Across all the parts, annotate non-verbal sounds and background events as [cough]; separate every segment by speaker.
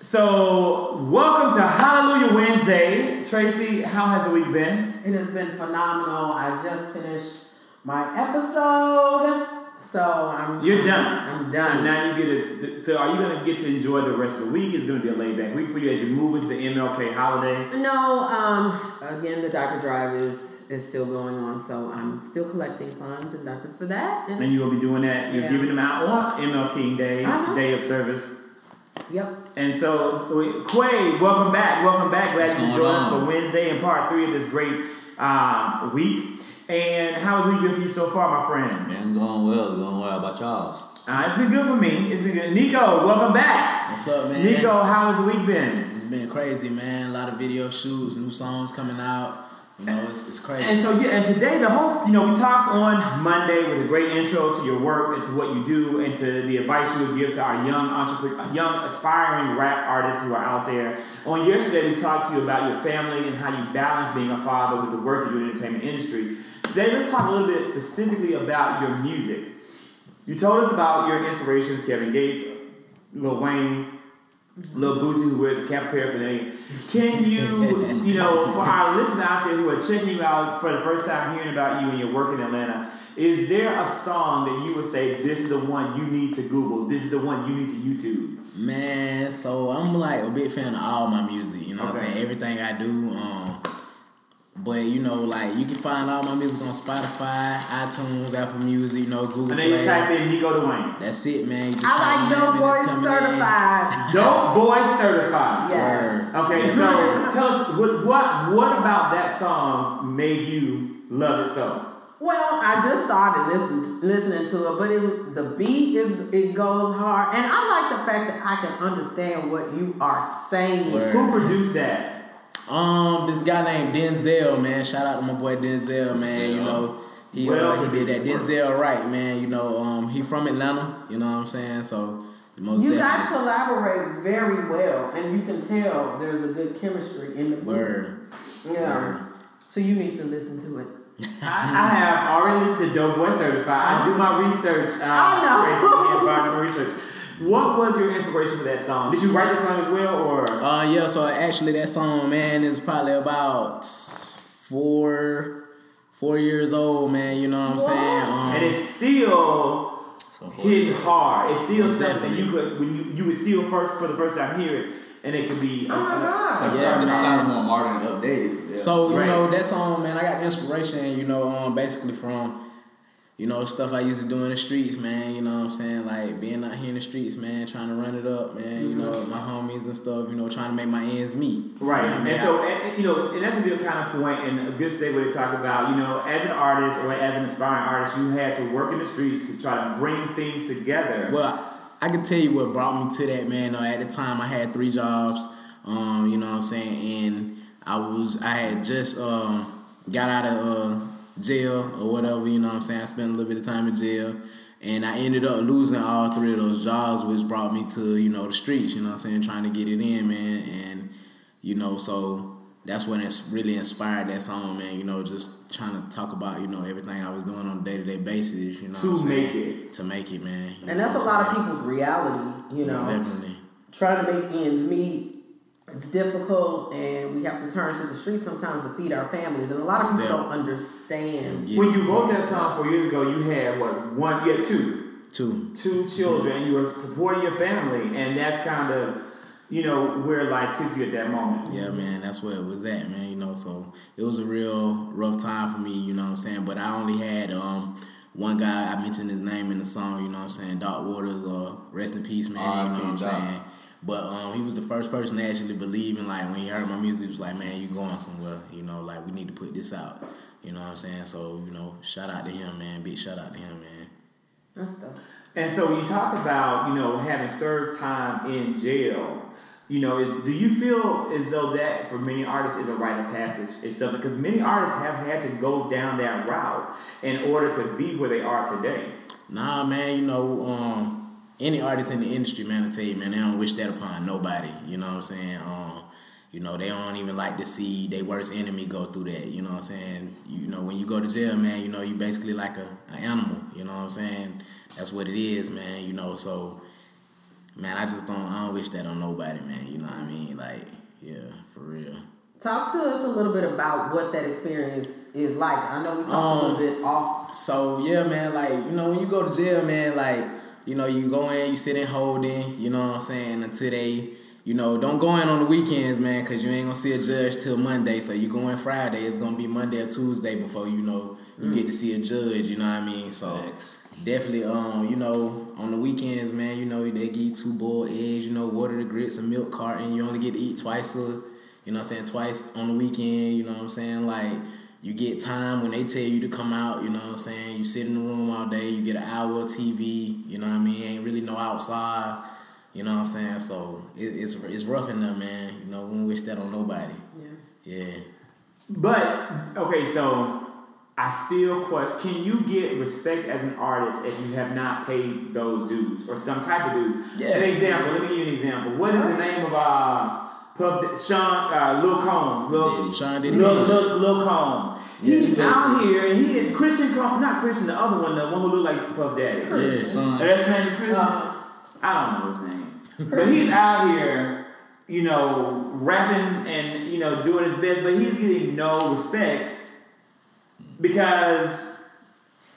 Speaker 1: So, welcome to Hallelujah Wednesday. Tracy, how has the week been?
Speaker 2: It has been phenomenal. I just finished my episode, so I'm
Speaker 1: You're done.
Speaker 2: I'm
Speaker 1: So
Speaker 2: done.
Speaker 1: now you get to. So, are you going to get to enjoy the rest of the week? It's going to be a laid back week for you as you move into the MLK holiday.
Speaker 2: No, um, again, the Docker Drive is is still going on, so I'm still collecting funds and doctors for that.
Speaker 1: And you're going to be doing that. You're
Speaker 2: Yeah.
Speaker 1: giving them out on MLK Day,
Speaker 2: Uh-huh.
Speaker 1: Day of Service.
Speaker 2: Yep.
Speaker 1: And so, we- Quay, welcome back. Welcome back. Glad
Speaker 3: What's
Speaker 1: you
Speaker 3: going
Speaker 1: joined us
Speaker 3: on?
Speaker 1: for Wednesday and part three of this great um, week. And how's the week been for you so far, my friend?
Speaker 3: Man, it's going well. It's going well. How about y'all's?
Speaker 1: Uh, it's been good for me. It's been good. Nico, welcome back.
Speaker 3: What's up, man?
Speaker 1: Nico, how has the week been?
Speaker 3: It's been crazy, man. A lot of video shoots, new songs coming out. You know, it's, it's
Speaker 1: And
Speaker 3: crazy.
Speaker 1: so yeah, and today the whole you know we talked on Monday with a great intro to your work and to what you do and to the advice you would give to our young entrepreneur, young aspiring rap artists who are out there. On yesterday we talked to you about your family and how you balance being a father with the work you do in the entertainment industry. Today let's talk a little bit specifically about your music. You told us about your inspirations, Kevin Gates, Lil Wayne, Lil Boosie, who wears a cap paraphernalia. Can you, you know, for our listeners out there who are checking you out for the first time, hearing about you and your work in Atlanta, is there a song that you would say this is the one you need to Google? This is the one you need to YouTube.
Speaker 4: Man, so I'm like a big fan of all my music. You know what
Speaker 1: Okay.
Speaker 4: I'm saying? Everything I do. Um, but you know, like you can find all my music on Spotify, iTunes, Apple Music, you know, Google
Speaker 1: And then you
Speaker 4: Play.
Speaker 1: type in Nico Dwayne.
Speaker 4: That's it, man. You just
Speaker 2: I
Speaker 4: type
Speaker 2: like
Speaker 4: it in
Speaker 2: Dope
Speaker 4: and it's
Speaker 2: Boy
Speaker 4: coming in.
Speaker 2: Certified.
Speaker 1: Dope Boy Certified.
Speaker 2: Yes.
Speaker 1: Okay, so tell us what what what about that song made you love it so?
Speaker 2: Well, I just started listen, listening to it, but it was, the beat is it goes hard, and I like the fact that I can understand what you are saying.
Speaker 4: Word.
Speaker 1: Who produced that?
Speaker 4: Um, this guy named Denzel, man. Shout out to my boy Denzel, man. You know, he
Speaker 1: Well,
Speaker 4: uh, he did that. Denzel, right, man. You know, um, he from Atlanta. You know what I'm saying? So the most
Speaker 2: You
Speaker 4: definitely.
Speaker 2: guys collaborate very well, and you can tell there's a good chemistry in the group.
Speaker 4: Word.
Speaker 2: Yeah.
Speaker 4: Word.
Speaker 2: So you need to listen to it.
Speaker 1: I, I have already listened to Dope Boy Certified. I do my research. Uh,
Speaker 2: I know.
Speaker 1: Tracy, and E environmental research. What was your inspiration for that song? Did you write the song as well, or
Speaker 4: Uh yeah, so actually that song, man, is probably about four four years old, man, you know what
Speaker 1: and
Speaker 4: I'm saying? Um,
Speaker 1: it's still
Speaker 3: So forth.
Speaker 1: hit hard. It's still stuff that
Speaker 4: Definitely.
Speaker 1: you could when you you would still first for the first time hear it, and it could be.
Speaker 2: Oh my God.
Speaker 3: So
Speaker 4: Yeah,
Speaker 3: yeah, it
Speaker 4: man.
Speaker 3: sounded more modern and updated. Yeah.
Speaker 4: so you
Speaker 1: Right.
Speaker 4: know that song, man, I got inspiration, you know, um basically from you know stuff I used to do in the streets, man, you know what I'm saying? Like being out here in the streets, man, trying to run it up, man, you know, with my homies and stuff, you know, trying to make my ends meet.
Speaker 1: Mm-hmm. Right,
Speaker 4: You know what I mean?
Speaker 1: and so and, and, you know, and that's a good kind of point and a good segue to talk about. You know, as an artist or as an aspiring artist, you had to work in the streets to try to bring things together.
Speaker 4: Well, I can tell you what brought me to that, man. Uh, at the time, I had three jobs. Um, you know what I'm saying, and I was I had just um, got out of uh, jail or whatever. You know what I'm saying. I spent a little bit of time in jail, and I ended up losing all three of those jobs, which brought me to you know the streets. You know what I'm saying, trying to get it in, man, and you know so. That's when it's really inspired that song, man. You know, just trying to talk about you know everything I was doing on a day to day basis. You know,
Speaker 1: To
Speaker 4: what I'm saying?
Speaker 1: make it.
Speaker 4: to make it, man. You
Speaker 2: And
Speaker 4: know
Speaker 2: that's a
Speaker 4: what I'm
Speaker 2: lot of
Speaker 4: saying?
Speaker 2: people's reality, you know.
Speaker 4: Definitely.
Speaker 2: Trying to make ends meet, it's difficult, and we have to turn to the streets sometimes to feed our families. And a lot of people
Speaker 4: Yeah.
Speaker 2: don't understand.
Speaker 4: Yeah.
Speaker 1: When you wrote that song four years ago, you had what one? You had two,
Speaker 4: Two.
Speaker 1: two children, and you were supporting your family, and that's kind of, you know, where life took you at that moment.
Speaker 4: Yeah, man, that's where it was at, man. You know, so it was a real rough time for me, you know what I'm saying? But I only had um one guy, I mentioned his name in the song, you know what I'm saying? Doc Waters, uh, rest in peace, man, you know what I'm
Speaker 3: R.I.P. Doc.
Speaker 4: saying? But um, he was the first person to actually believe in, like, when he heard my music, he was like, man, you going somewhere, you know, like, we need to put this out, you know what I'm saying? So, you know, shout out to him, man, big shout out to him, man. Mm-hmm.
Speaker 2: That's tough.
Speaker 1: And so when you talk about, you know, having served time in jail. You know, is, do you feel as though that for many artists is a rite of passage itself? Because many artists have had to go down that route in order to be where they are today.
Speaker 4: Nah, man, you know, um, any artist in the industry, man, I tell you, man, they don't wish that upon nobody. You know what I'm saying? Um, you know, they don't even like to see their worst enemy go through that. You know what I'm saying? You know, when you go to jail, man, you know, you basically like a, an animal. You know what I'm saying? That's what it is, man. You know, so man, I just don't I don't wish that on nobody, man. You know what I mean? Like, yeah, for real.
Speaker 2: Talk to us a little bit about what that experience is like. I know we talked a little
Speaker 4: Um,
Speaker 2: bit off.
Speaker 4: So yeah, man, like, you know, when you go to jail, man, like, you know, you go in, you sit in holding, you know what I'm saying, until they you know, don't go in on the weekends, man, because you ain't gonna see a judge till Monday. So you go in Friday, it's gonna be Monday or Tuesday before you know you get to see a judge, you know what I mean? So Definitely, um, you know, on the weekends, man, you know, they give you two boiled eggs, you know, water the grits, a milk carton. You only get to eat twice a, you know what I'm saying, twice on the weekend, you know what I'm saying? Like, you get time when they tell you to come out, you know what I'm saying? You sit in the room all day, you get an hour of TV, you know what I mean? Ain't really no outside, you know what I'm saying? So it, it's, it's rough in there, man. You know, we don't wish that on nobody. Yeah.
Speaker 1: But okay, so I still que- can you get respect as an artist if you have not paid those dues or some type of dues?
Speaker 4: Yeah.
Speaker 1: An example. Let me give you an example. What is the name of uh, Puff Sean uh, Lil Combs? Lil
Speaker 4: Diddy, Sean Diddy.
Speaker 1: Lil, Lil, Lil Combs.
Speaker 4: Yeah,
Speaker 1: He's
Speaker 4: he says-
Speaker 1: out here and he is Christian Combs, not Christian, the other one, the one who looked like Puff Daddy.
Speaker 4: Yeah, son.
Speaker 1: Oh, that's his name is
Speaker 2: Uh,
Speaker 1: Christian.
Speaker 2: Um,
Speaker 1: I don't know his name, but he's out here, you know, rapping and you know doing his best, but he's getting no respect because,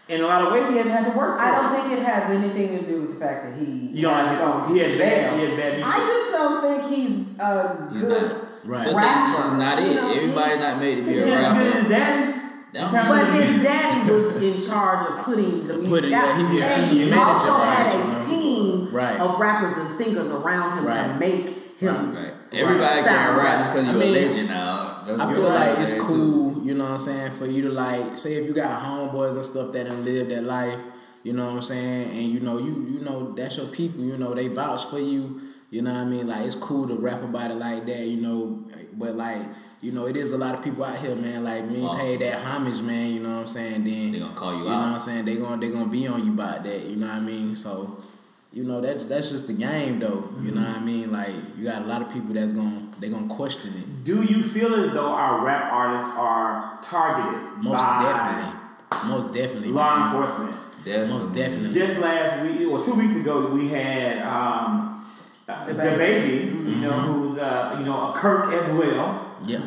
Speaker 1: in a lot of ways, he hasn't had to work for
Speaker 2: I
Speaker 1: it.
Speaker 2: don't think it has anything to do with the fact that he
Speaker 1: You don't
Speaker 2: has
Speaker 1: have
Speaker 2: gone
Speaker 1: to. He
Speaker 2: to
Speaker 1: has
Speaker 2: jail.
Speaker 1: bad. He has bad. music.
Speaker 2: I just don't think he's a
Speaker 4: He's
Speaker 2: good
Speaker 4: not. Right.
Speaker 3: Sometimes this
Speaker 2: rapper.
Speaker 3: is not
Speaker 2: You
Speaker 3: it.
Speaker 2: know, he-
Speaker 3: Everybody not made to be
Speaker 1: He
Speaker 3: a
Speaker 1: has good
Speaker 3: rapper.
Speaker 1: as that.
Speaker 3: That don't
Speaker 2: But
Speaker 1: But
Speaker 2: his daddy was in charge of putting the music
Speaker 4: Putting-
Speaker 2: out.
Speaker 4: yeah, he was-
Speaker 2: and
Speaker 4: he was
Speaker 2: he
Speaker 4: manager,
Speaker 2: also
Speaker 4: right,
Speaker 2: had
Speaker 4: so,
Speaker 2: a
Speaker 4: um,
Speaker 2: team
Speaker 4: right.
Speaker 2: of rappers and singers around him to
Speaker 4: Right.
Speaker 2: make him.
Speaker 3: Right. Everybody
Speaker 2: Sound
Speaker 3: can rap just because
Speaker 4: I
Speaker 3: you're
Speaker 4: mean,
Speaker 3: a legend now. That's
Speaker 4: I
Speaker 3: what
Speaker 4: feel
Speaker 3: I'm
Speaker 4: like it's
Speaker 3: saying, too.
Speaker 4: cool, you know what I'm saying, for you to like say if you got homeboys and stuff that done lived that life, you know what I'm saying, and you know you you know that's your people, you know they vouch for you, you know what I mean. Like it's cool to rap about it like that, you know, but like you know it is a lot of people out here, man. Like me
Speaker 3: Awesome.
Speaker 4: pay that homage, man. You know what I'm saying. Then
Speaker 3: They gonna call you
Speaker 4: know
Speaker 3: out.
Speaker 4: what I'm saying. They gonna they gonna be on you about that. You know what I mean. So. You know that's that's just the game though. You know what I mean? Like you got a lot of people that's gonna they gonna question it.
Speaker 1: do you feel as though our rap artists are targeted
Speaker 4: Most
Speaker 1: by
Speaker 4: definitely. Most definitely.
Speaker 1: law
Speaker 4: man.
Speaker 1: enforcement?
Speaker 3: Definitely.
Speaker 4: Most definitely.
Speaker 1: Just last week, or two weeks ago, we had um, uh, the
Speaker 2: The
Speaker 1: baby,
Speaker 2: Baby. Mm-hmm.
Speaker 1: you know, who's uh, you know a Kirk as well,
Speaker 4: yeah.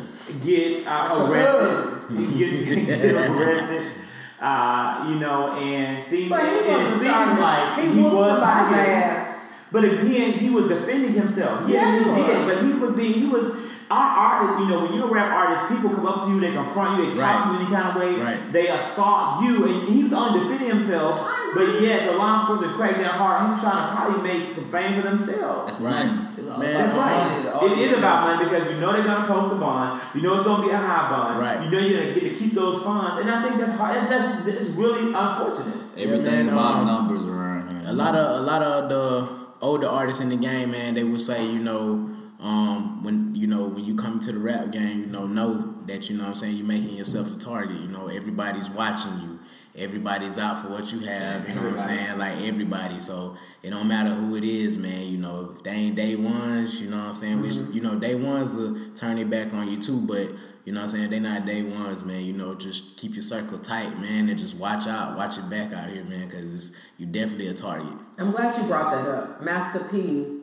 Speaker 1: get uh,
Speaker 2: That's
Speaker 1: arrested, get, [laughs] get arrested. Uh, you know, and seems
Speaker 2: But he
Speaker 1: it
Speaker 2: was
Speaker 1: seemed like
Speaker 2: he, whooped
Speaker 1: was
Speaker 2: somebody's
Speaker 1: targeted.
Speaker 2: ass.
Speaker 1: But again, he was defending himself. Yeah, he
Speaker 2: Yeah.
Speaker 1: did. But he was being, he was, our artist, you know, when you're a rap artist, people come up to you, they confront you, they talk to you in any kind of way,
Speaker 4: Right.
Speaker 1: they assault you, and he was only defending himself. But yet, the law enforcement cracked down hard. He's trying to probably make some fame for themselves.
Speaker 3: That's
Speaker 4: Right.
Speaker 3: money. It's all
Speaker 4: Man,
Speaker 3: about
Speaker 1: That's
Speaker 3: money. All
Speaker 1: right. It
Speaker 3: these-
Speaker 1: is about money because you know they're gonna post a bond. You know it's gonna be a high bond.
Speaker 4: Right.
Speaker 1: You know you're gonna get to keep those funds, and I think that's hard. That's that's, that's really unfortunate.
Speaker 3: Everything
Speaker 4: man,
Speaker 3: about
Speaker 4: um,
Speaker 3: numbers around here.
Speaker 4: A lot of a lot of the older artists in the game, man, they will say, you know, um, when you know when you come to the rap game, you know, know that you know what I'm saying you're making yourself a target. You know, everybody's watching you. Everybody's out for what you have. You know what I'm saying? Like everybody. So it don't matter who it is, man. You know, if they ain't day ones, you know what I'm saying. Which you know, day ones will turn it back on you too. But you know what I'm saying? They not day ones, man. You know, just keep your circle tight, man, and just watch out, watch it back out here, man, because it's you definitely a target.
Speaker 2: I'm glad you brought that up. Master P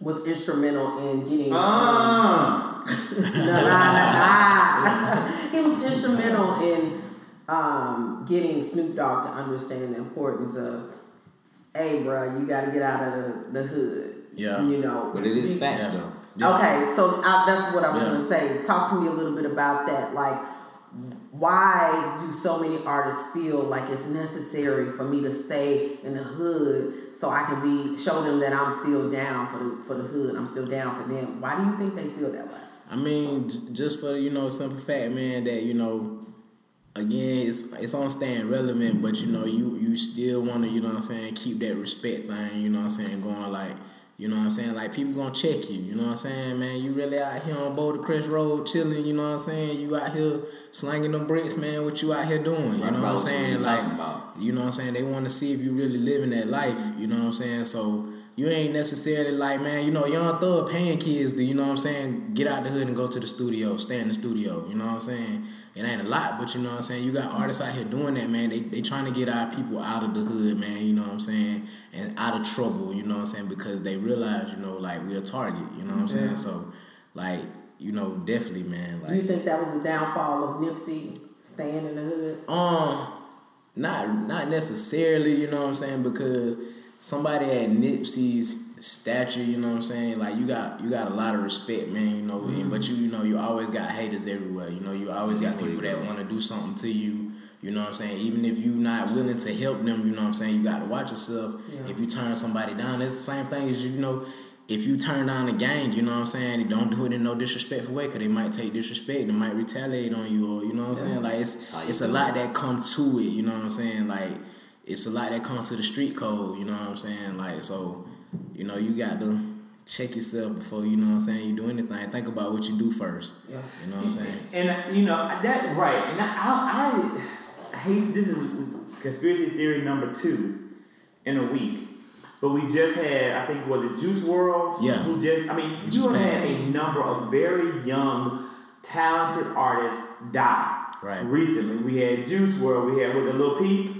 Speaker 2: was instrumental in getting.
Speaker 1: Mm.
Speaker 2: um,
Speaker 1: Ah.
Speaker 2: La, la, la, la. Ah. [laughs] he was instrumental in um, getting Snoop Dogg to understand the importance of, hey, bro, you got to get out of the, the hood.
Speaker 4: Yeah.
Speaker 2: You know.
Speaker 3: But it is
Speaker 2: Be-
Speaker 3: facts,
Speaker 4: Yeah.
Speaker 3: though.
Speaker 4: Yeah.
Speaker 2: Okay, so I, that's what I was
Speaker 4: Yeah.
Speaker 2: going to say. Talk to me a little bit about that. Like, why do so many artists feel like it's necessary for me to stay in the hood so I can be show them that I'm still down for the for the hood. I'm still down for them. Why do you think they feel that way?
Speaker 4: I mean, j- just for you know, simple fact, man, that you know, again, it's it's on staying relevant, but you know, you you still want to, you know, what I'm saying, keep that respect thing, you know, what I'm saying, going like. You know what I'm saying? Like people gonna check you. You know what I'm saying, man. You really out here on Boulder Crest Road chilling. You know what I'm saying? You out here slanging them bricks, man. What you out here doing? You
Speaker 3: Right
Speaker 4: know what
Speaker 3: about
Speaker 4: I'm
Speaker 3: what you
Speaker 4: saying?
Speaker 3: talking
Speaker 4: Like
Speaker 3: about.
Speaker 4: you know what I'm saying? They want to see if you really living that life. You know what I'm saying? So you ain't necessarily like, man, you know, young thug paying kids to, you know what I'm saying, get out the hood and go to the studio, stay in the studio, you know what I'm saying? It ain't a lot, but you know what I'm saying? You got artists out here doing that, man. They they trying to get our people out of the hood, man, you know what I'm saying? And out of trouble, you know what I'm saying? Because they realize, you know, like we're a target, you know what I'm saying? So like, you know, definitely, man,
Speaker 2: Do you
Speaker 4: like
Speaker 2: think that was the downfall of Nipsey staying in the hood?
Speaker 4: um not not necessarily, you know what I'm saying, because somebody at Nipsey's stature, you know what I'm saying? Like you got you got a lot of respect, man, you know, and- but you you know, you always got haters everywhere. You know, you always got people that want to do something to you. You know what I'm saying? Even if you're not willing to help them, you know what I'm saying? You got to watch yourself.
Speaker 2: Yeah.
Speaker 4: If you turn somebody down, it's the same thing as, you know, if you turn down a gang, you know what I'm saying? Don't do it in no disrespectful way because they might take disrespect and might retaliate on you or, you know what I'm saying? Like, it's,
Speaker 5: How you
Speaker 4: it's a
Speaker 5: feel?
Speaker 4: lot that come to it, you know what I'm saying? Like, it's a lot that come to the street code, you know what I'm saying? Like, so, you know, you got to check yourself before, you know what I'm saying, you do anything. Think about what you do first.
Speaker 2: Yeah.
Speaker 4: You know what I'm saying?
Speaker 1: And you know that right. And I, I, I hate this is conspiracy theory number two in a week. But we just had, I think, was it Juice World?
Speaker 4: Yeah.
Speaker 1: Who just? I mean,
Speaker 4: just
Speaker 1: you have had
Speaker 4: passed.
Speaker 1: a number of very young, talented artists die.
Speaker 4: Right.
Speaker 1: Recently, we had Juice World. We had was it Lil Peep?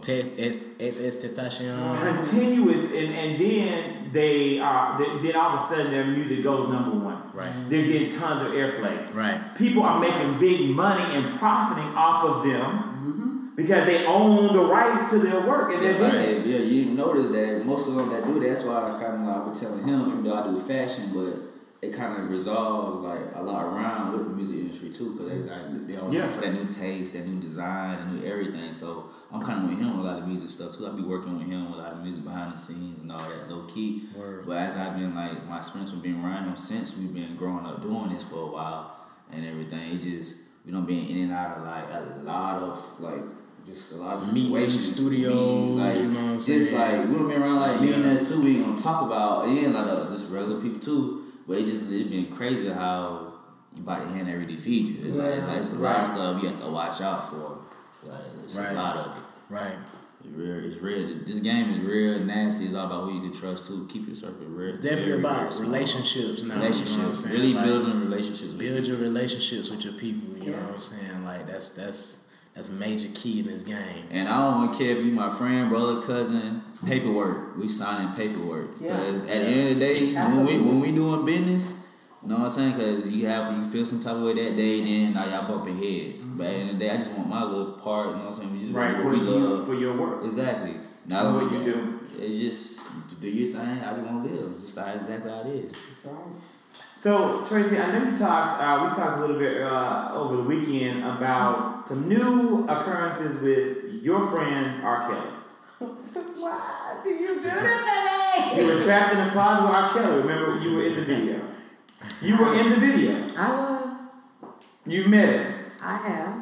Speaker 4: Test, SS Tentacion.
Speaker 1: Continuous, and, and then they are. Then then all of a sudden, their music goes number one.
Speaker 4: Right.
Speaker 1: They're getting tons of airplay.
Speaker 4: Right.
Speaker 1: People are making big money and profiting off of them because they own the rights to their work and their
Speaker 5: That's why I
Speaker 1: business.
Speaker 5: said, yeah, you notice that most of them that do that's why I kind of like was telling him, even though I do fashion, but it kind of resolved like a lot around with the music industry too, because they like they all
Speaker 1: Yeah.
Speaker 5: looking for that new taste, that new design, that new everything. So I'm kind of with him with a lot of music stuff too. I be working with him with a lot of music behind the scenes and all that low key.
Speaker 4: Word.
Speaker 5: But as I've been like my experience with being around him since we've been growing up doing this for a while and everything, it just you know being in and out of like a lot of like just a lot of
Speaker 4: Meeting
Speaker 5: situations,
Speaker 4: studios,
Speaker 5: meetings, like,
Speaker 4: you know what I'm
Speaker 5: Just
Speaker 4: saying?
Speaker 5: like we don't been around like
Speaker 4: Yeah.
Speaker 5: millionaires too. We ain't gonna talk about and then, like uh, just regular people too. But it just it been crazy how you bite the hand that really feed you. It's, like,
Speaker 2: Yeah.
Speaker 5: like, it's a lot of stuff you have to watch out for. Like it's
Speaker 4: Right.
Speaker 5: a lot of it.
Speaker 4: Right.
Speaker 5: It's real. It's real. This game is real nasty. It's all about who you can trust too. Keep your circle real.
Speaker 4: It's definitely
Speaker 5: very, very
Speaker 4: about
Speaker 5: small.
Speaker 4: relationships now.
Speaker 5: Relationships.
Speaker 4: You know what I'm saying?
Speaker 5: really
Speaker 4: Like,
Speaker 5: building relationships. with
Speaker 4: build your relationships with your people. You
Speaker 2: Yeah.
Speaker 4: know what I'm saying? Like that's that's that's a major key in this game.
Speaker 5: And I don't even care if you my friend, brother, cousin. Paperwork. We signing paperwork.
Speaker 2: Yeah.
Speaker 5: Because at the end of the day, when we
Speaker 2: Absolutely.
Speaker 5: when we doing business, you know what I'm saying? Because you have you feel some type of way that day, then now y'all bumping heads. But at the end of the day, I just want my little part. You know what I'm saying? We just
Speaker 1: Right,
Speaker 5: want
Speaker 1: for
Speaker 5: what we
Speaker 1: you,
Speaker 5: love.
Speaker 1: for your work.
Speaker 5: Exactly. Not
Speaker 1: For
Speaker 5: only
Speaker 1: what you
Speaker 5: that,
Speaker 1: do.
Speaker 5: It's just do your thing. I just want to live. It's just how exactly how it is.
Speaker 2: That's right.
Speaker 1: So Tracy, I know you talked. Uh, we talked a little bit uh, over the weekend about some new occurrences with your friend R. Kelly.
Speaker 2: Why do you do this to me?
Speaker 1: You were trapped in a closet with R. Kelly. Remember, you were in the video. You were in the video.
Speaker 2: I was.
Speaker 1: You met him.
Speaker 2: I [laughs] have.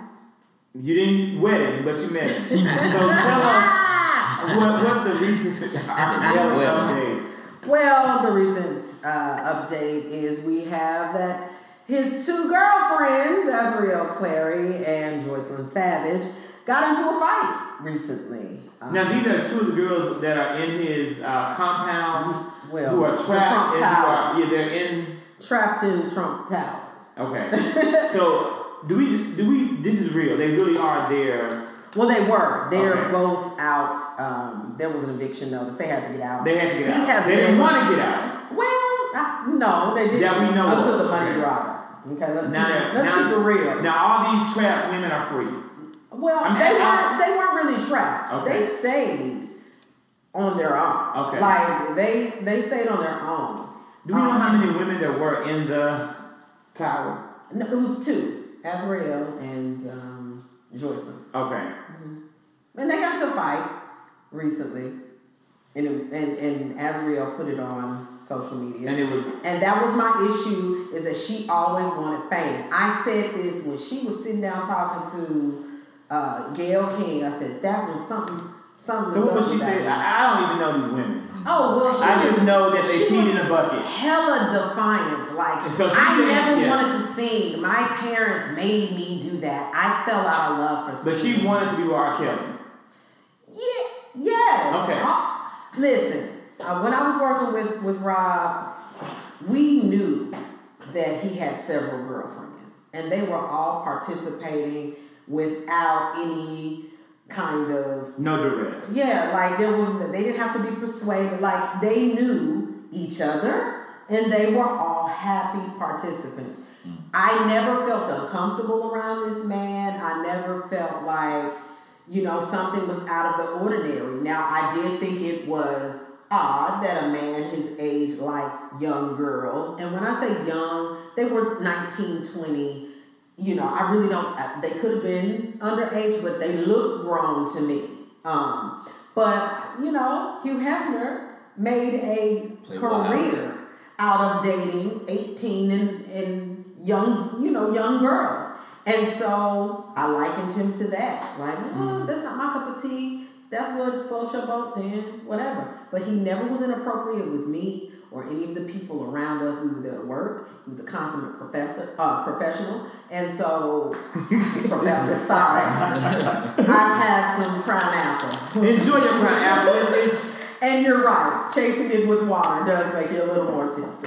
Speaker 1: You didn't wed him, but you met him. so tell us what, what's the
Speaker 2: [laughs]
Speaker 1: reason R. Kelly
Speaker 5: Well.
Speaker 1: update?
Speaker 2: Well, the recent uh, update is we have that his two girlfriends, Azriel Clary and Joycelyn Savage, got into a fight recently. Um,
Speaker 1: Now these are two of the girls that are in his uh, compound
Speaker 2: well,
Speaker 1: who are
Speaker 2: the
Speaker 1: trapped
Speaker 2: Trump
Speaker 1: and
Speaker 2: Towers.
Speaker 1: who are yeah they're in.
Speaker 2: Trapped in Trump Towers. [laughs]
Speaker 1: Okay, so do we do we? This is real. They really are there.
Speaker 2: Well, they were. They're
Speaker 1: Okay.
Speaker 2: both out. Um, there was an eviction notice. They had to get out.
Speaker 1: They had to get
Speaker 2: He
Speaker 1: out.
Speaker 2: has
Speaker 1: They
Speaker 2: been-
Speaker 1: didn't want to get out.
Speaker 2: Well, I, no, they didn't.
Speaker 1: That we know of.
Speaker 2: until the money
Speaker 1: Okay.
Speaker 2: driver. Okay, let's
Speaker 1: Now,
Speaker 2: keep,
Speaker 1: they're-
Speaker 2: let's
Speaker 1: now,
Speaker 2: keep it real.
Speaker 1: Now all these trapped women are free.
Speaker 2: Well,
Speaker 1: I mean,
Speaker 2: they
Speaker 1: I-
Speaker 2: weren't. They weren't really trapped.
Speaker 1: Okay.
Speaker 2: They stayed on their own.
Speaker 1: Okay.
Speaker 2: Like they they stayed on their own.
Speaker 1: Do we know
Speaker 2: Um,
Speaker 1: how many women there were in the tower?
Speaker 2: No, it was two, Azrael and um, Joycelyn,
Speaker 1: Okay.
Speaker 2: and they got into a fight recently, and and and Azrael put it on social media.
Speaker 1: And it was
Speaker 2: And that was my issue is that she always wanted fame. I said this when she was sitting down talking to uh, Gail King. I said that was something. Something.
Speaker 1: So what
Speaker 2: up
Speaker 1: was she
Speaker 2: with that
Speaker 1: saying?
Speaker 2: one."
Speaker 1: I, I don't even know these women.
Speaker 2: Oh well, she
Speaker 1: I
Speaker 2: was,
Speaker 1: just know that they
Speaker 2: she
Speaker 1: peed in
Speaker 2: was
Speaker 1: a bucket.
Speaker 2: Hella defiance. Like
Speaker 1: And so she
Speaker 2: I
Speaker 1: said-
Speaker 2: never
Speaker 1: yeah.
Speaker 2: wanted to sing. My parents made me do that. I fell out of love for.
Speaker 1: But
Speaker 2: singing.
Speaker 1: she wanted to be with R. Kelly.
Speaker 2: Yeah. Yes.
Speaker 1: Okay.
Speaker 2: Uh, listen, Uh, when I was working with, with Rob, we knew that he had several girlfriends, and they were all participating without any kind of
Speaker 1: No duress.
Speaker 2: yeah, like there was they didn't have to be persuaded. Like they knew each other and they were all happy participants. I never felt uncomfortable around this man. I never felt like, you know, something was out of the ordinary. Now I did think it was odd that a man his age liked young girls. And when I say young, they were 19, 20. You know, I really don't, I- they could have been underage, but they look grown to me. Um, but you know, Hugh Hefner made a
Speaker 5: Played
Speaker 2: career out of dating eighteen and, and young, you know, young girls. And so I likened him to that. Like, oh, that's not my cup of tea. That's what floats your boat, then whatever. But he never was inappropriate with me or any of the people around us. We were there at work. He was a consummate professor, uh, professional, and so [laughs] professor. Sorry, I've had some crown apple.
Speaker 1: Enjoy your crown apple. It's, it's
Speaker 2: And you're right, chasing it with water does make you a little more
Speaker 4: [laughs]
Speaker 2: tipsy.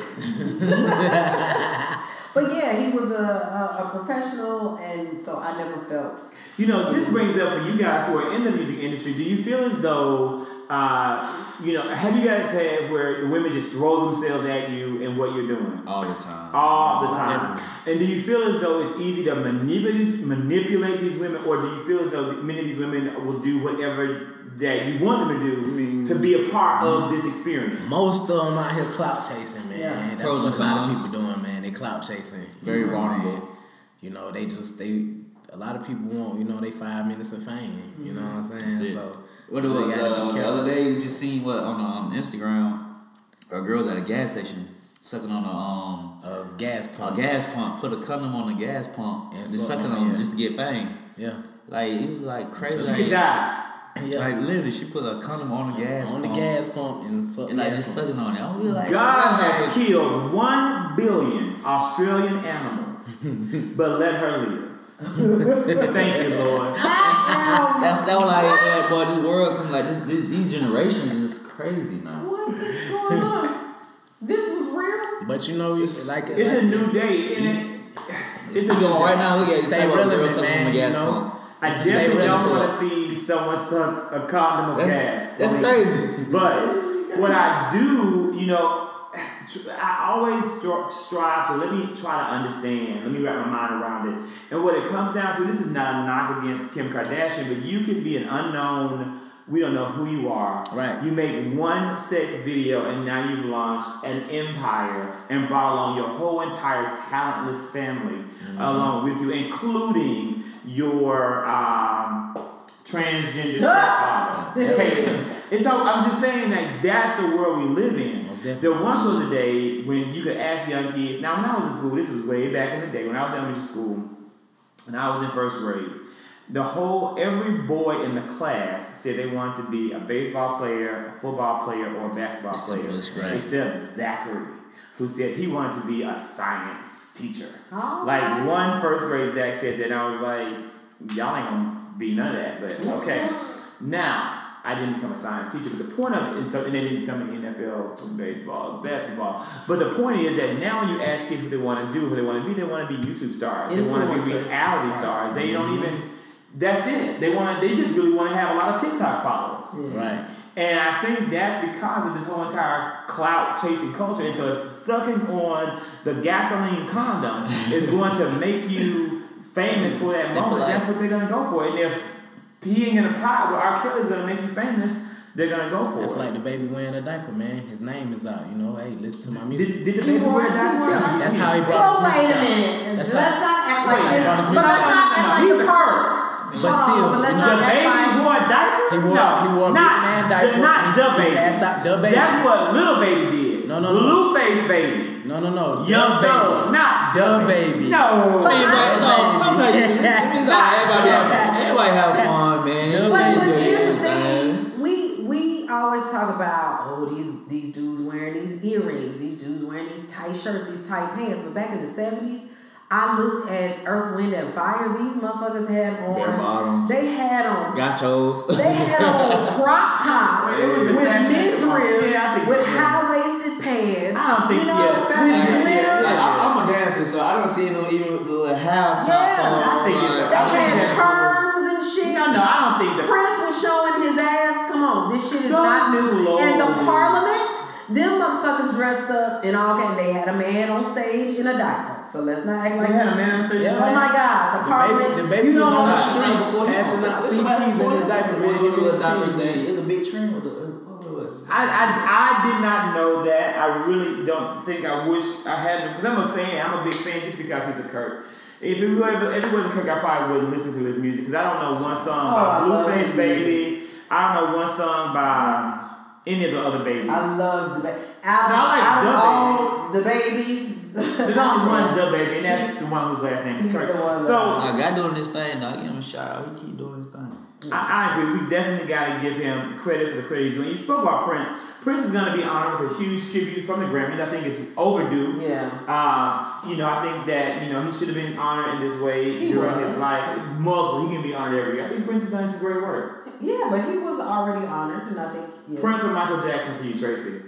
Speaker 2: but yeah, he was a, a, a professional, and so I never
Speaker 4: [laughs]
Speaker 2: felt.
Speaker 1: You know, this brings up for you guys who are in the music industry. Do you feel as though, uh, you know, have you guys had where the women just throw themselves at you and what you're doing
Speaker 5: all the time.
Speaker 1: all the time? And do you feel as though it's easy to manipulate manipulate these women, or do you feel as though many of these women will do whatever that you want them to do
Speaker 4: mean-
Speaker 1: to be a part of this experience?
Speaker 4: Most of them out here clout chasing, man.
Speaker 2: Yeah.
Speaker 4: That's
Speaker 5: Pros
Speaker 4: what
Speaker 5: and
Speaker 4: a lot of
Speaker 5: cons.
Speaker 4: people doing, man. They clout chasing. You
Speaker 5: Very
Speaker 4: know what I'm
Speaker 5: vulnerable.
Speaker 4: saying? You know, they just they. A lot of people want, you know, they five minutes of fame. You know what I'm saying?
Speaker 5: That's it.
Speaker 4: So
Speaker 5: What it
Speaker 4: they gotta
Speaker 5: was
Speaker 4: be
Speaker 5: uh, the
Speaker 4: careful.
Speaker 5: other day, we just seen what on um, Instagram, a girl's at a gas station sucking on a um
Speaker 4: of gas
Speaker 5: a
Speaker 4: pump.
Speaker 5: gas pump, put a condom on a gas pump,
Speaker 4: Yeah,
Speaker 5: and just
Speaker 4: suck
Speaker 5: sucking
Speaker 4: on
Speaker 5: on
Speaker 4: it.
Speaker 5: just to get fame.
Speaker 4: Yeah.
Speaker 5: Like it was like
Speaker 1: She
Speaker 5: crazy.
Speaker 1: could
Speaker 5: Like,
Speaker 1: die.
Speaker 4: Yeah.
Speaker 5: like, literally, she put a condom on the gas
Speaker 4: on the
Speaker 5: pump
Speaker 4: gas pump and, so,
Speaker 5: and like just sucking on it. I was like,
Speaker 1: God
Speaker 5: wow,
Speaker 1: has killed one billion Australian
Speaker 5: [laughs]
Speaker 1: animals, but let her live. Thank you, Lord.
Speaker 5: That's that like that, boy. This world come like this, this, these generations is crazy now.
Speaker 2: What is going on? this was real.
Speaker 4: But you know, it's like
Speaker 1: It's a
Speaker 5: [laughs]
Speaker 1: new day, and it, it's a
Speaker 5: This is going right now. Look at
Speaker 4: Stay
Speaker 5: the type of girl
Speaker 4: relevant,
Speaker 5: sucking on
Speaker 4: man,
Speaker 5: the gas
Speaker 4: you know?
Speaker 5: pump.
Speaker 1: I
Speaker 4: It's the
Speaker 1: definitely
Speaker 4: state
Speaker 1: don't
Speaker 4: revenue
Speaker 1: want to
Speaker 4: bill.
Speaker 1: see someone suck a condom of gas.
Speaker 5: That's, that's
Speaker 1: I mean,
Speaker 5: crazy.
Speaker 1: But what I do, you know, I always stri- strive to let me try to understand, let me wrap my mind around it. And what it comes down to, this is not a knock against Kim Kardashian, but you can be an unknown. We don't know who you are.
Speaker 4: Right.
Speaker 1: You make one sex video and now you've launched an empire and brought along your whole entire talentless family along with you, including your um, transgender
Speaker 2: Ah!
Speaker 1: stepfather. Okay. And so I'm just saying that that's the world we live in.
Speaker 4: Most definitely.
Speaker 1: There once was a day when you could ask young kids. Now, when I was in school, this was way back in the day when I was in elementary school, and I was in first grade. The whole every boy in the class said they wanted to be a baseball player, a football player, or a basketball
Speaker 5: Except
Speaker 1: player,
Speaker 5: first grade.
Speaker 1: except Zachary, who said he wanted to be a science teacher.
Speaker 2: Oh.
Speaker 1: Like one first grade Zach said that, and I was like, y'all ain't gonna be none of that, but okay. Now, I didn't become a science teacher, but the point of it, and so and they didn't become an NFL, baseball, basketball. But the point is that now when you ask kids what they want to do, who they want to be, they want to be YouTube stars. They want to be
Speaker 2: Influencer.
Speaker 1: reality stars. They don't even that's it. They want they just really want to have a lot of TikTok followers.
Speaker 4: right.
Speaker 1: And I think that's because of this whole entire clout chasing culture. And so sucking on the gasoline
Speaker 4: [laughs]
Speaker 1: condom is going to make you famous for that
Speaker 5: for
Speaker 1: moment.
Speaker 5: life.
Speaker 1: That's what they're gonna go for. And if peeing in a pot with R. Kelly's gonna make you famous, they're gonna go for
Speaker 4: That's
Speaker 1: it.
Speaker 4: like the baby wearing a diaper, man. His name is out. You know, hey, listen to my music.
Speaker 1: did, did the baby wear that?
Speaker 4: That's how he brought
Speaker 2: Well,
Speaker 4: his
Speaker 2: wait a
Speaker 4: music out.
Speaker 2: minute.
Speaker 4: That's
Speaker 2: let's
Speaker 4: how-
Speaker 2: not act
Speaker 1: Wait,
Speaker 2: like
Speaker 1: I
Speaker 4: brought
Speaker 2: this.
Speaker 4: his
Speaker 2: But let's
Speaker 4: music out.
Speaker 2: not act like
Speaker 1: He's
Speaker 2: the
Speaker 1: a-
Speaker 2: perk.
Speaker 4: But still,
Speaker 2: but let's
Speaker 4: you
Speaker 1: The
Speaker 2: not
Speaker 4: know,
Speaker 2: act like
Speaker 1: baby wore a diaper?
Speaker 4: He wore
Speaker 1: no,
Speaker 4: he wore a
Speaker 1: not,
Speaker 4: big man diaper.
Speaker 1: The, not
Speaker 4: and
Speaker 1: the
Speaker 4: he
Speaker 1: baby.
Speaker 4: passed out the baby.
Speaker 1: That's what little baby did.
Speaker 4: No, no, no.
Speaker 1: Blue face baby.
Speaker 4: no, no, no. The
Speaker 1: Young dog,
Speaker 4: baby.
Speaker 1: not
Speaker 4: The baby.
Speaker 1: No.
Speaker 2: But I-
Speaker 5: Sometimes it's everybody, have- everybody have fun, man.
Speaker 2: But,
Speaker 5: Everybody
Speaker 2: but
Speaker 5: enjoy
Speaker 2: here's the
Speaker 5: everything.
Speaker 2: thing: we we always talk about oh these these dudes wearing these earrings, these dudes wearing these tight shirts, these tight pants. But back in the seventies, I looked at Earth, Wind, and Fire. These motherfuckers had
Speaker 5: Bare
Speaker 2: on.
Speaker 5: bottoms.
Speaker 2: They had on.
Speaker 5: Gachos. [laughs]
Speaker 2: They had on crop tops
Speaker 1: It was a
Speaker 2: with
Speaker 1: fashion.
Speaker 2: mid busted ribs,
Speaker 1: Yeah, I think-
Speaker 2: with high waisted pants.
Speaker 1: I don't think-
Speaker 2: you know,
Speaker 1: yeah,
Speaker 2: with
Speaker 1: fashion-
Speaker 5: Yeah,
Speaker 2: glitter.
Speaker 5: yeah, like, I, I'm a dancer, so I don't see no even with the little half top
Speaker 2: Yeah,
Speaker 5: song.
Speaker 1: I think it's-
Speaker 5: like,
Speaker 2: They
Speaker 1: I think
Speaker 2: had
Speaker 1: that's-
Speaker 2: perms and shit.
Speaker 1: No, no, I don't think that.
Speaker 2: Prince was showing his ass. Come on, this shit is
Speaker 1: Don't
Speaker 2: not new.
Speaker 1: lose.
Speaker 2: And the Parliament, them motherfuckers dressed up and all that. They had a man on stage in a diaper. So let's not act like
Speaker 1: They had a
Speaker 2: this.
Speaker 1: man on stage in a
Speaker 2: Oh my God, the,
Speaker 4: The
Speaker 2: Parliament.
Speaker 4: baby, the baby
Speaker 2: you
Speaker 4: was
Speaker 2: don't
Speaker 4: on
Speaker 2: know
Speaker 4: the
Speaker 2: that.
Speaker 4: street before passing out
Speaker 5: That's about
Speaker 4: CDs in his diaper.
Speaker 5: the
Speaker 4: man. He
Speaker 5: little
Speaker 4: was
Speaker 5: diaper
Speaker 4: out
Speaker 5: thing. It's a big trim or the what it was.
Speaker 1: I, I, I did not know that. I really don't think I wish I had him because I'm a fan. I'm a big fan just because he's a Kirk. If it, were, if it wasn't Kirk, I probably wouldn't listen to his music because I don't know one song
Speaker 2: Oh, I love
Speaker 1: by Blueface
Speaker 2: his
Speaker 1: Baby. I don't know one song by any of the other babies.
Speaker 2: I love the baby. Out,
Speaker 1: No, I like
Speaker 2: out
Speaker 1: the
Speaker 2: of all the babies,
Speaker 1: There's only one the baby, and that's the one whose last name is
Speaker 2: He's
Speaker 1: Kirk.
Speaker 2: the one
Speaker 1: So
Speaker 5: I got doing this thing. Now give him a shout out. He keep doing his thing.
Speaker 1: I, I agree. We definitely got to give him credit for the credit he's doing. You spoke about Prince. Prince is going to be honored with a huge tribute from the Grammys. I think it's overdue.
Speaker 2: yeah.
Speaker 1: Uh, you know, I think that you know he should have been honored in this way
Speaker 2: He
Speaker 1: during
Speaker 2: was.
Speaker 1: his life. Multiple, he can be honored every year. I think Prince has done some great work.
Speaker 2: Yeah, but he was already honored, and I think yes.
Speaker 1: Prince or Michael Jackson for you, Tracy.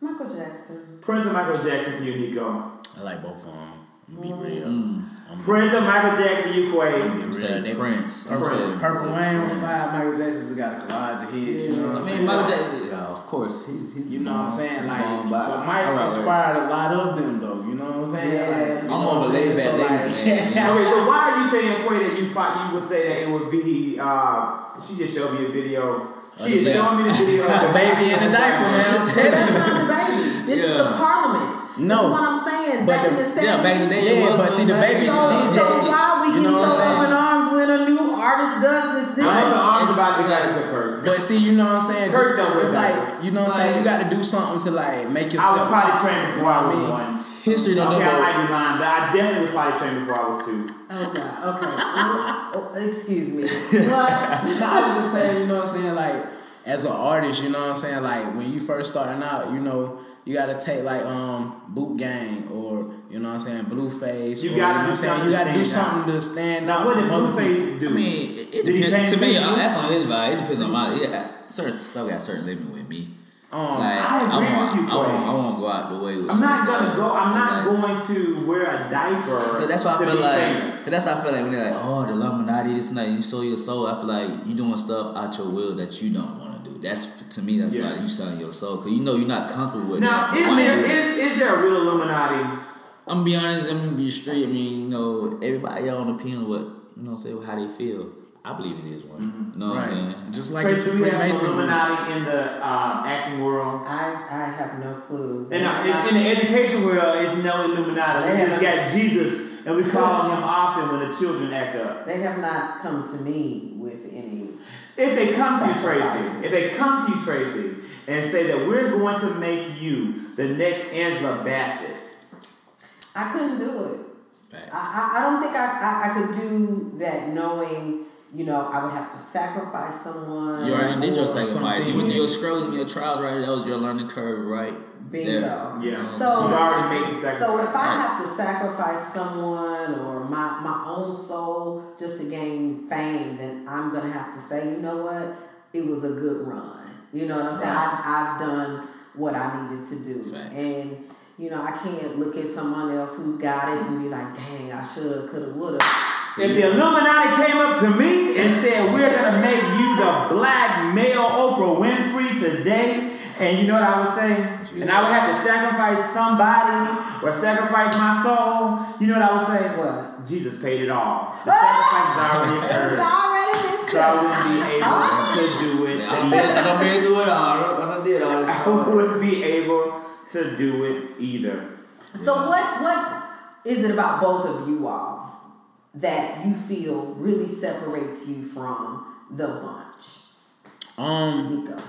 Speaker 2: Michael Jackson.
Speaker 1: Prince or Michael Jackson for you, Nico.
Speaker 4: I like both of them. I'm gonna be
Speaker 5: Mm.
Speaker 4: real.
Speaker 1: Prince or Michael Jackson for you, Quay.
Speaker 4: I'm
Speaker 5: Really,
Speaker 4: saying they
Speaker 5: Prince. I'm
Speaker 1: Prince.
Speaker 5: saying-
Speaker 4: Purple Rain was fire. Michael Jackson just got a collage of hits. You know what I'm
Speaker 5: I
Speaker 4: saying?
Speaker 5: mean, Michael Jackson. Yeah, of course. He's he's.
Speaker 4: You know what I'm saying? Like,
Speaker 5: Um, but-
Speaker 4: but
Speaker 5: all right,
Speaker 4: Mike
Speaker 5: wait.
Speaker 4: inspired a lot of them, though. You know what I'm saying?
Speaker 2: Yeah.
Speaker 4: Like,
Speaker 5: I'm
Speaker 4: you know
Speaker 5: on
Speaker 4: what
Speaker 5: the
Speaker 4: saying?
Speaker 5: laid back
Speaker 4: So, like-
Speaker 5: ladies,
Speaker 1: [laughs]
Speaker 5: man. You know?
Speaker 1: Okay, so why are you saying Quay that you fight? You would say that it would be. Uh, she just showed me a video. She
Speaker 4: the
Speaker 1: is
Speaker 4: baby.
Speaker 1: showing me the video. of
Speaker 4: the baby in the diaper, man. I'm telling
Speaker 2: That's
Speaker 4: you.
Speaker 2: not the baby. This is the
Speaker 5: Yeah.
Speaker 2: Parliament.
Speaker 4: No.
Speaker 2: This is what I'm saying.
Speaker 4: But
Speaker 2: back
Speaker 4: the-
Speaker 2: in the
Speaker 4: yeah,
Speaker 2: 70s.
Speaker 5: Yeah, back in the day, it
Speaker 4: Yeah,
Speaker 5: was
Speaker 4: but see, the
Speaker 5: doing
Speaker 4: baby-
Speaker 2: So,
Speaker 5: that.
Speaker 4: did-
Speaker 2: so
Speaker 4: did-
Speaker 2: why we
Speaker 4: you know
Speaker 2: getting
Speaker 4: what
Speaker 2: so
Speaker 4: I'm
Speaker 2: up in
Speaker 4: saying?
Speaker 2: arms when a new artist does this? This
Speaker 1: I don't know. I'm
Speaker 5: It's-
Speaker 1: about to
Speaker 5: it's
Speaker 1: guys
Speaker 5: like-
Speaker 1: with Kirk.
Speaker 4: But see, you know what I'm saying?
Speaker 1: Kirk
Speaker 4: Just-
Speaker 1: don't wear
Speaker 4: it's like,
Speaker 1: diapers.
Speaker 4: you know what I'm saying? You
Speaker 5: Like-
Speaker 4: got to do something to, like, make
Speaker 1: I
Speaker 4: yourself.
Speaker 1: was potty
Speaker 4: pop.
Speaker 1: trained
Speaker 4: You
Speaker 1: before
Speaker 4: know
Speaker 1: I
Speaker 4: what
Speaker 1: was
Speaker 4: mean?
Speaker 1: one.
Speaker 4: History don't
Speaker 1: Okay,
Speaker 4: know
Speaker 1: I
Speaker 4: about
Speaker 1: might be lying, but I definitely was potty trained before I was two.
Speaker 2: Oh God. Okay. Oh, oh, excuse me. But
Speaker 4: [laughs] No, I was just saying, you know what I'm saying? Like, as an artist, you know what I'm saying? Like, when you first starting out, you know, you gotta take like um Boot Gang or you know what I'm saying, Blueface.
Speaker 1: You
Speaker 4: or,
Speaker 1: gotta
Speaker 4: know what
Speaker 1: do
Speaker 4: I'm saying?
Speaker 1: something
Speaker 4: You
Speaker 1: to
Speaker 4: gotta do
Speaker 1: stand out.
Speaker 4: something to stand
Speaker 1: Now,
Speaker 4: out.
Speaker 1: what
Speaker 4: from
Speaker 1: did
Speaker 4: other people.
Speaker 1: Blueface do?
Speaker 5: I mean, it, it
Speaker 1: Did he
Speaker 5: depends.
Speaker 1: paint
Speaker 5: To me,
Speaker 1: the
Speaker 5: I-
Speaker 1: face
Speaker 5: that's on his vibe. It depends on my. Yeah, certain stuff got certain limit with me.
Speaker 4: Um,
Speaker 5: like,
Speaker 1: I agree
Speaker 5: won't-
Speaker 1: with you,
Speaker 5: I won't,
Speaker 1: Corey.
Speaker 5: I won't go out the way with.
Speaker 1: I'm not
Speaker 5: certain
Speaker 1: gonna
Speaker 5: stuff.
Speaker 1: go. I'm not
Speaker 5: Like,
Speaker 1: going to wear a diaper.
Speaker 5: So that's why I
Speaker 1: to
Speaker 5: feel
Speaker 1: be
Speaker 5: like.
Speaker 1: famous.
Speaker 5: So that's why I feel like when they're like, oh, the Illuminati, this and that, you sold your soul. I feel like you doing stuff out your will that you don't want to do. That's to me. That's
Speaker 1: Yeah.
Speaker 5: like you selling your soul because you know you're not comfortable with
Speaker 1: now,
Speaker 5: it.
Speaker 1: is
Speaker 5: Why you
Speaker 1: there
Speaker 5: do that?
Speaker 1: is, is there a real Illuminati?
Speaker 5: I'm gonna be honest. I'm gonna be straight. I mean, you know, everybody got an opinion. What you know, say how they feel. I believe it is one.
Speaker 1: Mm-hmm.
Speaker 5: You know what I'm
Speaker 4: right.
Speaker 5: saying?
Speaker 4: Just like it's a
Speaker 1: Tracy, do we have some
Speaker 4: Freemason. group.
Speaker 1: Illuminati in the um, acting world.
Speaker 2: I, I have no clue.
Speaker 1: And uh, in, in the education world, it's no Illuminati. We
Speaker 2: Yeah.
Speaker 1: just got Jesus, and we call him often when the children act up.
Speaker 2: they have not come to me with any.
Speaker 1: If they come to you, Tracy, if they come to you, Tracy, and say that we're going to make you the next Angela Bassett,
Speaker 2: I couldn't do it.
Speaker 5: Facts.
Speaker 2: I, I, I don't think I, I, I could do that knowing, you know, I would have to sacrifice someone.
Speaker 5: You already did your
Speaker 2: or
Speaker 5: sacrifice. You went
Speaker 4: something.
Speaker 5: through your struggles and your trials, right? That was your learning curve, right?
Speaker 2: Bingo.
Speaker 5: there.
Speaker 1: yeah,
Speaker 2: So-
Speaker 1: you've already made the sacrifice.
Speaker 2: So if I have to sacrifice someone or my, my own soul just to gain fame, then I'm gonna have to say, you know what, it was a good run. You know what I'm saying? I, I've done what I needed to do,
Speaker 5: Facts.
Speaker 2: and you know I can't look at someone else who's got it and be like, dang, I should, could have, would have.
Speaker 1: If the Illuminati came up to me and said, We're gonna make you the black male Oprah Winfrey today, and you know what I would say? And I would have to sacrifice somebody or sacrifice my soul, you know what I would say? Well, Jesus paid it all. The sacrifice is already
Speaker 2: [laughs] It's
Speaker 1: occurred.
Speaker 2: already been
Speaker 1: So I wouldn't be able to do it.
Speaker 5: Yeah, I've been- I've been through it all. I did all this.
Speaker 1: I wouldn't be able to do it either.
Speaker 2: So what what is it about both of you all that you feel really separates you from the bunch?
Speaker 4: Um,
Speaker 2: Nico.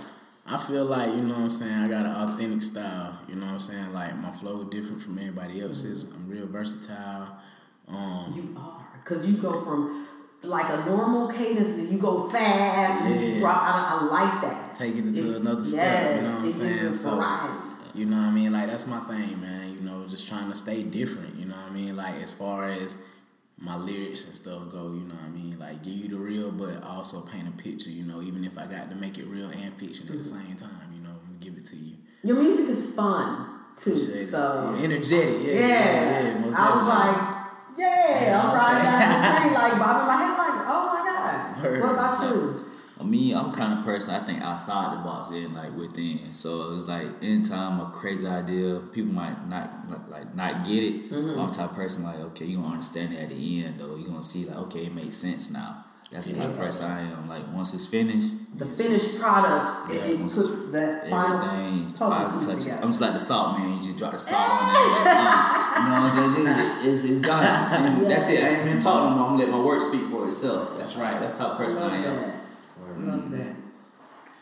Speaker 4: I feel like, you know what I'm saying, I got an authentic style. You know what I'm saying? Like my flow different from everybody else's. I'm real versatile. Um
Speaker 2: You are. Cause you go from like a normal cadence and you go fast and you
Speaker 4: Yeah.
Speaker 2: drop out. I like that.
Speaker 4: Taking it to another step,
Speaker 2: Yes,
Speaker 4: you know what I'm
Speaker 2: it gives
Speaker 4: saying?
Speaker 2: us
Speaker 4: So-
Speaker 2: variety.
Speaker 4: You know what I mean? Like that's my thing, man. You know, just trying to stay different. You know what I mean? Like as far as my lyrics and stuff go, you know what I mean? Like give you the real, but also paint a picture. You know, even if I got to make it real and fiction at the same time, you know, I'm gonna give it it to you.
Speaker 2: Your music is fun too.
Speaker 4: Appreciate it.
Speaker 2: So
Speaker 4: Yeah, energetic, yeah,
Speaker 2: Yeah.
Speaker 4: yeah, yeah, most
Speaker 2: I was
Speaker 4: definitely.
Speaker 2: like, yeah, I'm
Speaker 4: Yeah,
Speaker 2: riding
Speaker 4: okay.
Speaker 2: down the
Speaker 4: [laughs]
Speaker 2: street like bobbing my head like, oh my god.
Speaker 4: Word.
Speaker 2: What about you?
Speaker 5: I mean, I'm kind of person I think outside the box and like within. So it's like anytime a crazy idea, people might not like, like not get it.
Speaker 2: Mm-hmm.
Speaker 5: I'm the type of person like, okay, you gonna understand it at the end though. You gonna see like, okay, it makes sense now. That's the type of person I am. Like once it's finished,
Speaker 2: The
Speaker 5: it's-
Speaker 2: finished product,
Speaker 5: Yeah,
Speaker 2: it, it
Speaker 5: once
Speaker 2: puts that final
Speaker 5: everything,
Speaker 2: puzzle
Speaker 5: five
Speaker 2: piece
Speaker 5: touches.
Speaker 2: together.
Speaker 5: I'm just like the salt man. You just drop the
Speaker 2: [laughs]
Speaker 5: salt on there. That's done. You know what I'm saying? Just, it's, it's done. And That's it. I ain't been talking more. I'm gonna let my work speak for itself. That's right. That's the type of person
Speaker 2: [laughs] Love
Speaker 5: I am.
Speaker 2: that. Love that.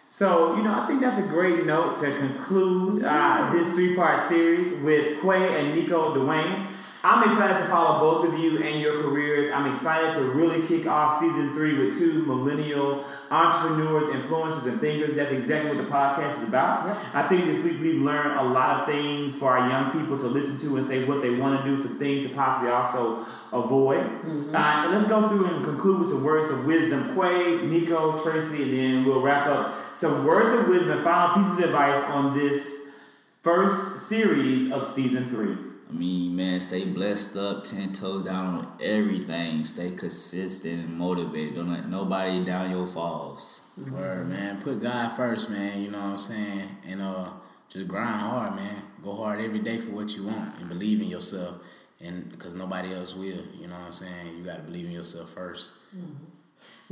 Speaker 1: So, you know, I think that's a great note to conclude uh, this three part series with Quay and Nico Dwayne. I'm excited to follow both of you and your careers. I'm excited to really kick off season three with two millennial entrepreneurs, influencers, and thinkers. That's exactly what the podcast is about.
Speaker 2: Yep.
Speaker 1: I think this week we've learned a lot of things for our young people to listen to and say what they want to do, some things to possibly also avoid. Uh, and let's go through and conclude with some words of wisdom. Quay, Nico, Tracy, and then we'll wrap up. Some words of wisdom, final pieces of advice on this first series of season three.
Speaker 5: I mean, man, stay blessed up, ten toes down on everything. Stay consistent and motivated. Don't let nobody down your falls.
Speaker 4: Word, man. Put God first, man. You know what I'm saying? And uh, just grind hard, man. Go hard every day for what you want and believe in yourself. And because nobody else will, you know what I'm saying? You got to believe in yourself first.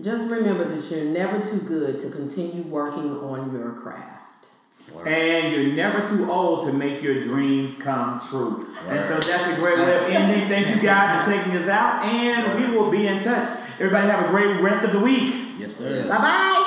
Speaker 2: Just remember that you're never too good to continue working on your craft.
Speaker 1: And you're never too old to make your dreams come true. And so that's a great way of ending. Thank you guys for checking us out, and we will be in touch. Everybody have a great rest of the week.
Speaker 4: Yes, sir.
Speaker 5: Yeah.
Speaker 2: Bye bye.